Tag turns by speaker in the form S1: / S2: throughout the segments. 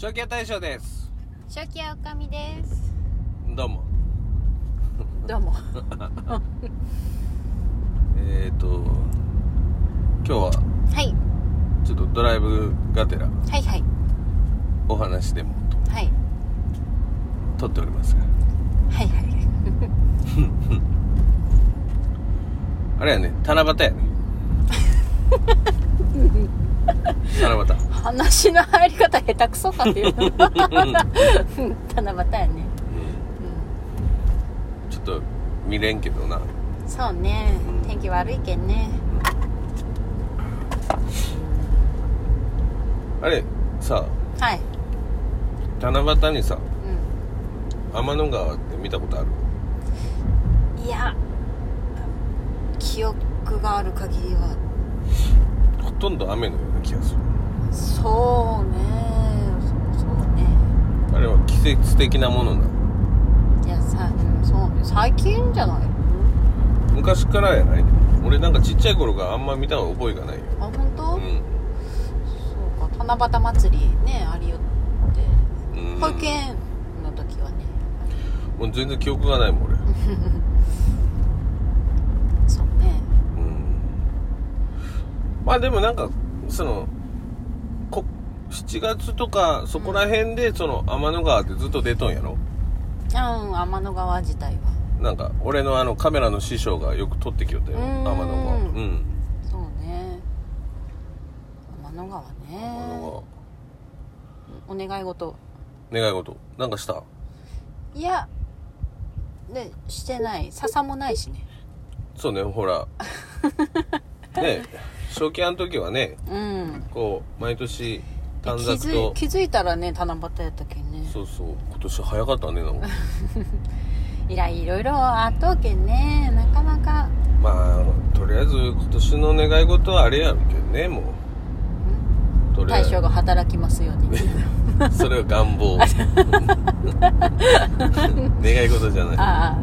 S1: 初期は大将です
S2: 初期はおかみです
S1: どうも
S2: どうも
S1: えっ、ー、と今日は
S2: はい
S1: ちょっとドライブがてら
S2: はいはい
S1: お話でも
S2: はい
S1: と撮っておりますが
S2: はいはい
S1: あれやね七夕 やね七夕
S2: 話の入り方下手くそかっていう うん七夕やね、
S1: ちょっと見れんけどな
S2: うん、そうね天気悪いけんね
S1: あれさ
S2: はい
S1: 七夕にさ天の川って見たことある
S2: うんいや記憶がある限りは
S1: ほとんど雨のような気がする
S2: そうねそうそうね
S1: あれは季節的なものない
S2: やさ、うん、そうね最近じゃない
S1: 昔からやない俺なんかちっちゃい頃からあんま見た覚えがないよ
S2: あ本当、
S1: う
S2: そうか七夕祭りねありよって
S1: ん、うん、
S2: 保育園の時はね
S1: もう全然記憶がないもん俺
S2: そうね
S1: うんまあでもなんかそのこ7月とかそこら辺でその天の川ってずっと出とんやろ
S2: うん天の川自体は
S1: なんか俺のあのカメラの師匠がよく撮ってきよったよ
S2: うー
S1: 天
S2: ん
S1: の川うん
S2: そうね天の川
S1: 天
S2: ね
S1: の
S2: お願い事
S1: 川願い事なんかした
S2: いやでしてない笹もないしね
S1: そうねほ らね正気あの時はね
S2: うん
S1: こう毎年
S2: で
S1: 短
S2: 気
S1: 冊
S2: づ
S1: と
S2: い気づいたらね七夕やったけんね
S1: そうそう今年早かったねなんか
S2: いやいろいろあっとうけんねなかなか
S1: まあとりあえず今年の願い事はあれやるけどねもうとりあえ
S2: 大
S1: ず
S2: 将が働きますように
S1: それは願 望願い事じゃない
S2: ああ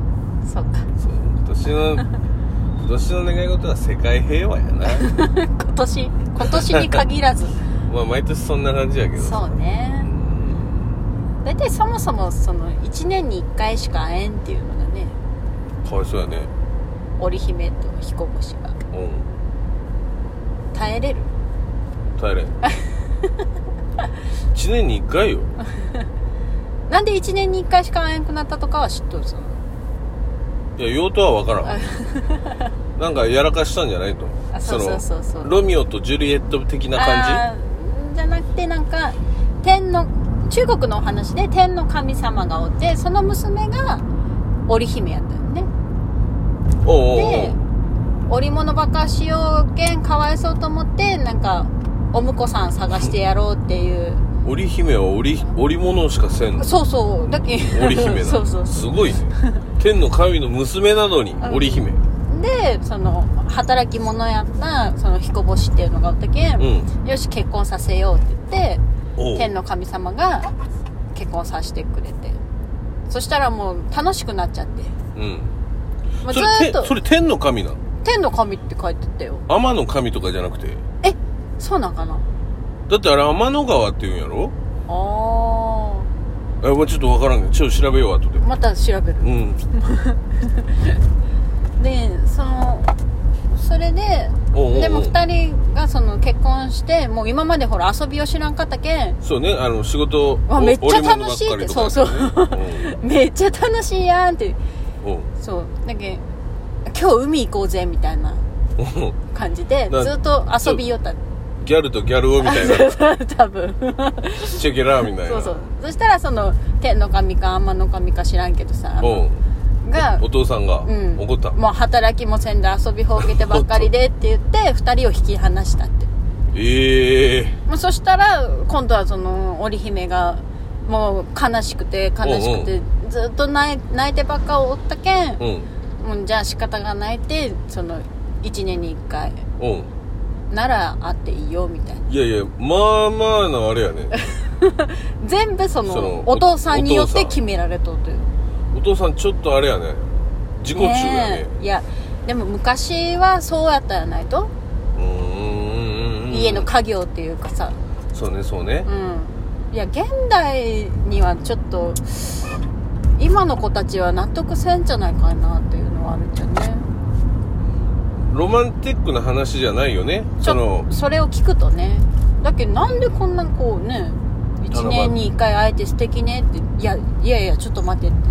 S2: そうか
S1: そう今年の今年の願い事は世界平和や な
S2: 今年今年に 限らず
S1: まあ毎年そんな感じやけど
S2: そうね
S1: うん
S2: 大体そもそもその1年に1回しか会えんっていうのがね
S1: かわいそうやね
S2: 織姫と彦星が
S1: うん
S2: 耐えれる
S1: 耐えれん 1年に1回 よ
S2: なんで1年に1回しか会えんくなったとかは知っとるその
S1: いや用途は分からんなんかやらかしたんじゃないと
S2: あそうそうそうそう
S1: のロミオとジュリエット的な感
S2: じじゃなくてなんか天の中国のお話で天の神様がおってその娘が織姫やったよね
S1: じおうおうお
S2: で
S1: う
S2: 織物ばっかしようけんかわいそうと思ってなんかお婿さん探してやろうっていう
S1: 織姫は織織物しかせ んの
S2: そうそうだけ
S1: 織姫だ
S2: そうそうそう
S1: すごいね天の神の娘なのに
S2: ん
S1: 織姫
S2: でその働き者やったその彦星っていうのがおったけ、
S1: うんん
S2: よし結婚させようって言
S1: おう
S2: って天の神様が結婚させてくれてそしたらもう楽しくなっちゃって
S1: うん
S2: もう
S1: そ
S2: ず
S1: れ
S2: ーって
S1: そ
S2: と
S1: れ天の神なの
S2: 天の神って書いてたよ
S1: 天の神とかじゃなくて
S2: えそうなんかな
S1: だってあれ天の川って言うんやろ
S2: あ
S1: えまあちょっと分からんけどちょっと調べよう後で
S2: ーまた調べる
S1: うん
S2: でそのそれで
S1: おうおうおう
S2: でも2人がその結婚してもう今までほら遊びを知らんかったけん
S1: そうねあの仕事を
S2: わめっちゃ
S1: 織物
S2: 楽しいって
S1: ばかりとかやったよね
S2: めっちゃ楽しいやんって
S1: うんうん
S2: そうだけ今日海行こうぜみたいな
S1: うん
S2: 感じで
S1: な
S2: ずっと遊びよった
S1: ギャルとギャルをみ たいな
S2: 多分
S1: チェケラーみたいな
S2: そうそうそしたらその天の神か天の神か知らんけどさ
S1: おう
S2: が
S1: お父さんが
S2: うん
S1: 怒った、
S2: もう働きもせんで遊びほうけてばっかりでって言って2人を引き離したって
S1: ええ
S2: もうそしたら今度はその織姫がもう悲しくて悲しくてずっと泣い泣いてばっかおったけん
S1: うん
S2: もうじゃあ仕方がないってその1年に1回
S1: うん
S2: なら会っていいよみたいない
S1: やいやまあまあなあれや ね
S2: 全部その
S1: その
S2: お父さんによっ
S1: お父
S2: て
S1: さん
S2: 決められとうという
S1: お父さんちょっとあれやね自己中やね
S2: えいやでも昔はそうやったやないと、
S1: うーん
S2: 家の家業っていうかさ
S1: そうねそうね
S2: うんいや現代にはちょっと今の子たちは納得せんじゃないかなっていうのはあるんじゃね
S1: ロマンティックな話じゃないよね
S2: ち
S1: そ
S2: ょ
S1: の
S2: っとそれを聞くとねだけどなんでこんなこうね1年に1回会えて素敵ねっていやいやいやちょっと待ってって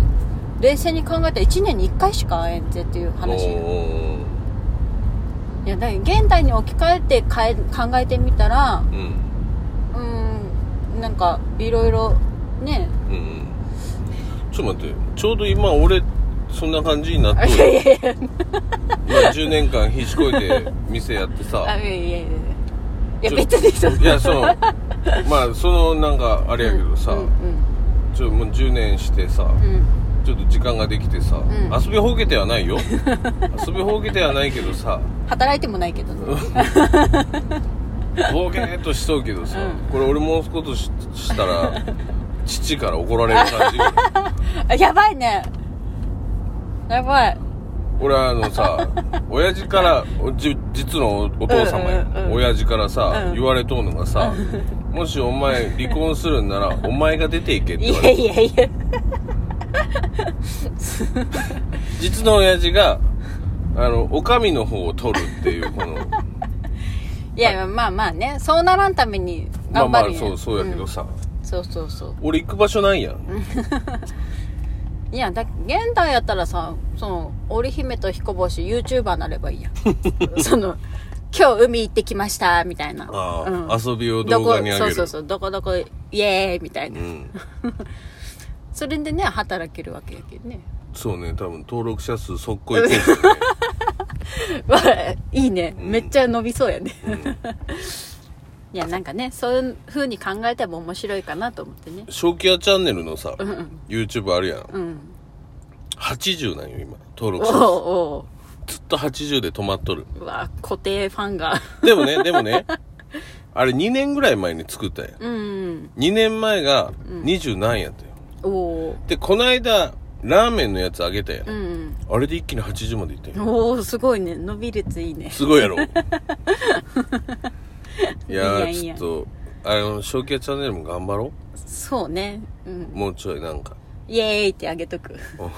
S2: 冷静に考えたら1年に1回しか会えんぜっていう話よ
S1: おー
S2: いやだけど現代に置き換えてかえ考えてみたら
S1: うん
S2: うーんなんかいろいろね
S1: うんうんちょっと待ってちょうど今俺そんな感じになっ
S2: あ
S1: て
S2: い
S1: る
S2: やいやいや
S1: まあ10年間ひしこいて店やってさ
S2: あいやいやいやいやいや別にそ
S1: いやそのまあそのなんかあれやけどさ、
S2: うんうん
S1: ちょもう10年してさ、
S2: うん
S1: ちょっと時間ができてさ、
S2: ん
S1: 遊びほうけてはない よ遊びほうけてはないけどさ
S2: 働いてもないけどね
S1: ぼーけーっとしそうけどさ、
S2: う
S1: これ俺もう少ししたら父から怒られる 感じ
S2: あやばいねやばい
S1: 俺あのさ親父からおじ実のおお父様や、
S2: うんうんうん
S1: 親父からさ、
S2: うん
S1: 言われとうのがさもしお前離婚するん ならお前が出ていけって言
S2: い
S1: わ
S2: や
S1: れて
S2: いやいや
S1: 実の親父があのお上の方を取るっていうこの
S2: いやいやまあまあねそうならんために
S1: まあ
S2: 頑
S1: ま
S2: 張
S1: あ
S2: るん
S1: そうそうやけど
S2: ん
S1: さ、
S2: そうそうそう
S1: 俺行く場所ないやん
S2: いやだ現代やったらさその織姫と彦星 YouTuber になればいい やんその今日海行ってきましたみたいな
S1: ああ、
S2: うん
S1: 遊びを動
S2: どこ
S1: 画にあげ
S2: そう
S1: る
S2: そうそうどこどこイエーイみたいな、
S1: うん、
S2: それでね働けるわけやけどね
S1: そうね多分登録者数速攻いくんですよね
S2: わいいね
S1: うん
S2: めっちゃ伸びそうやね、 いやなんかねそういう風に考えても面白いかなと思ってね
S1: 正気屋チャンネルのさ、
S2: うん
S1: YouTube あるやん
S2: うん
S1: 80なんよ今登
S2: お
S1: 録
S2: う
S1: 者数
S2: お
S1: ずっと80で止まっとる
S2: ううわ固定ファンが
S1: でも ねでもねあれ2年ぐらい前に作ったんや
S2: うん
S1: 2年前が20何やったよ、
S2: おお
S1: でこないだラーメンのやつあげたやん、
S2: ううん
S1: あれで一気に80までいったんよ
S2: おおすごいね伸び率いいね
S1: すごい やろいや
S2: いやい
S1: ー
S2: や
S1: ちょっとあの正気屋チャンネルも頑張ろ
S2: そうねうん
S1: うもうちょいなんか
S2: イエーイってあげ とく
S1: い
S2: 今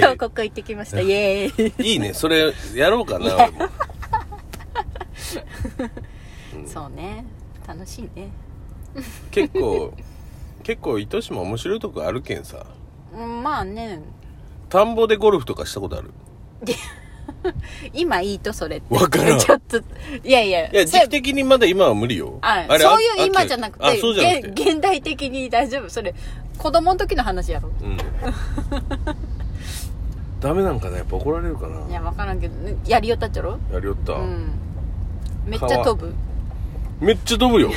S1: や
S2: 日ここ行ってきましたイエーイ
S1: いいねそれやろうかな俺も
S2: そうね楽しいね
S1: 結構結構糸島面白いとこあるけんさ
S2: うんまあね
S1: 田んぼでゴルフとかしたことある
S2: 今いいとそれって
S1: わからん
S2: ちょっといやいや
S1: いや、
S2: そ
S1: 時期的にまだ今は無理よ。
S2: あ
S1: れ
S2: そういう
S1: あ
S2: 今じゃなくて
S1: あ、そうじゃな
S2: げ
S1: く
S2: ん
S1: て。
S2: 現代的に大丈夫それ子供の時の話やろ。
S1: うん。ダメなんかな、やっぱ怒られるかない
S2: や分からんけどねやりよったっちゃろ
S1: やりよった
S2: う。んめっちゃ飛ぶ
S1: めっちゃ飛 ぶよ。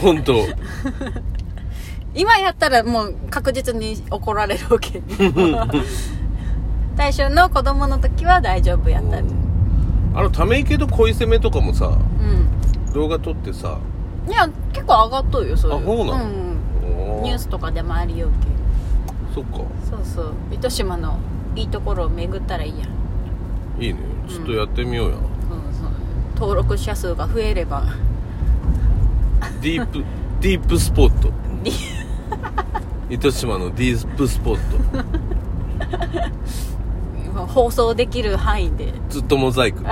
S1: ほんと。
S2: 今やったらもう確実に怒られるわけ大将の子供の時は大丈夫やったうん
S1: あの、ため池と恋攻めとかもさ、動画撮ってさ、
S2: いや結構上がっとるよそう
S1: あ
S2: いう
S1: そうなん
S2: ん
S1: お
S2: ニュースとかでもありよう
S1: そっか。
S2: けそうそう糸島のいいところを巡ったらいいやん
S1: いいね。ちょっとやってみようや。
S2: そうそう登録者数が増えれば
S1: ディープ、ディープスポット。糸島のディープスポット。
S2: 放送できる範囲で
S1: ずっとモザイク。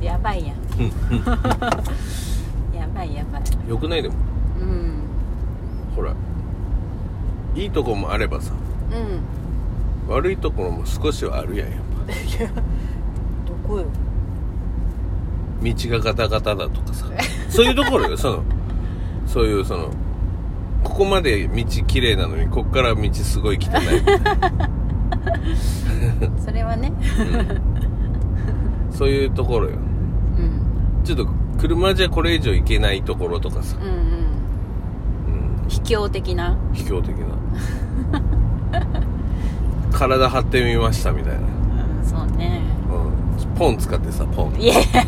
S2: やばいやん やばいやばい
S1: よくないでも。
S2: うん
S1: ほら。いいとこもあればさ。
S2: うん
S1: 悪いところも少しはあるやんやっぱ
S2: どこよ
S1: 道がガタガタだとかさそういうところよそのそういうそのここまで道綺麗なのにこっから道すごい汚いみたいな
S2: それはね
S1: そういうところよ
S2: うん
S1: ちょっと車じゃこれ以上行けないところとかさ
S2: う、んうん
S1: うん、
S2: 卑怯的な
S1: 卑怯的な体張ってみましたみたいな、
S2: うんそうね
S1: うん、ポン使ってさポン
S2: いやか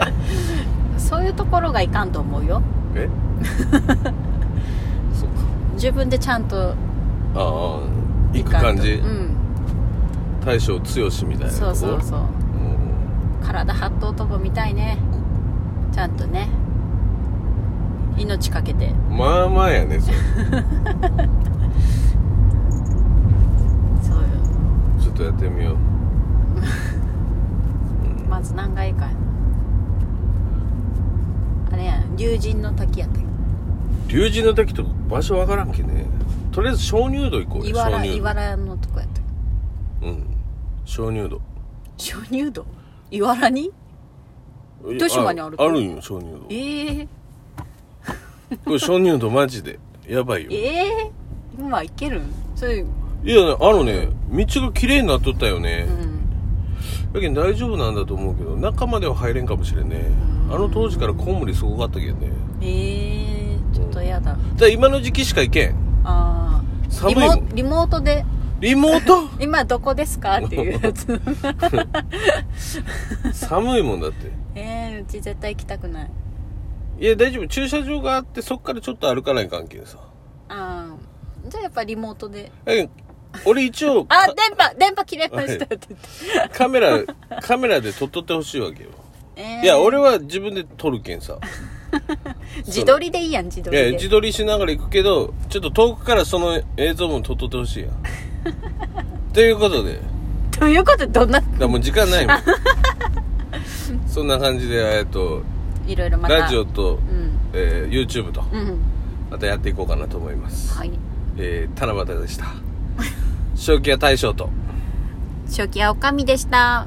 S2: そういうところがいかんと思うよ
S1: え そっか
S2: 自分でちゃんと
S1: ああ行く感じ、
S2: いかん
S1: 大将剛みたいなんと
S2: とう
S1: こ
S2: そうそうそう
S1: うん
S2: 体張っとうとこ見たいねちゃんとね命かけて
S1: まあまあやねそれ
S2: そうよ
S1: ちょっとやってみよう
S2: まず何回かやなあれやん竜神の滝やったっ
S1: 竜神の滝とか場所わからんけねとりあえず鍾乳洞行こう
S2: け
S1: よ
S2: いわ
S1: 鍾
S2: ら
S1: 乳
S2: い
S1: 洞
S2: わらのとこやったっけ
S1: うん鍾乳洞
S2: 鍾乳洞いわらに豊島にある
S1: あるんよ鍾乳洞
S2: ええ
S1: これ鍾乳洞マジでやばいよ
S2: ええ今行けるんそれ
S1: いやねあのね道が綺麗になっとったよね
S2: う、ん
S1: だけど大丈夫なんだと思うけど中までは入れんかもしれんねあの当時からコウモリすごかったけどね
S2: ええちょっとやだ
S1: だから今の時期しか行けん
S2: ああ
S1: 寒
S2: リ
S1: いも
S2: モ
S1: ん
S2: リモートで
S1: リモート
S2: 「今どこですか?」っていう やつ
S1: 寒いもんだって
S2: ええうち絶対行きたくない
S1: いや大丈夫駐車場があってそっからちょっと歩かない関係さ
S2: ああじゃあやっぱリモートで
S1: だけど俺一 応
S2: あ電波電波切れましたって言って、
S1: カメラカメラで撮っとってほしいわけよ
S2: ええ
S1: いや俺は自分で撮るけんさ
S2: 自撮りでいいやん自撮
S1: い
S2: り
S1: や
S2: で
S1: 自撮りしながら行くけどちょっと遠くからその映像も撮っとってほしいや ということで
S2: ということでどんな
S1: だからもう時間ない もんそんな感じでえっと
S2: いろいろまた
S1: ラジオと、
S2: うん
S1: えー YouTube と
S2: うん
S1: またやっていこうかなと思います、
S2: はい
S1: えー、 七夕でした正気は大将と
S2: 初期はおかみでした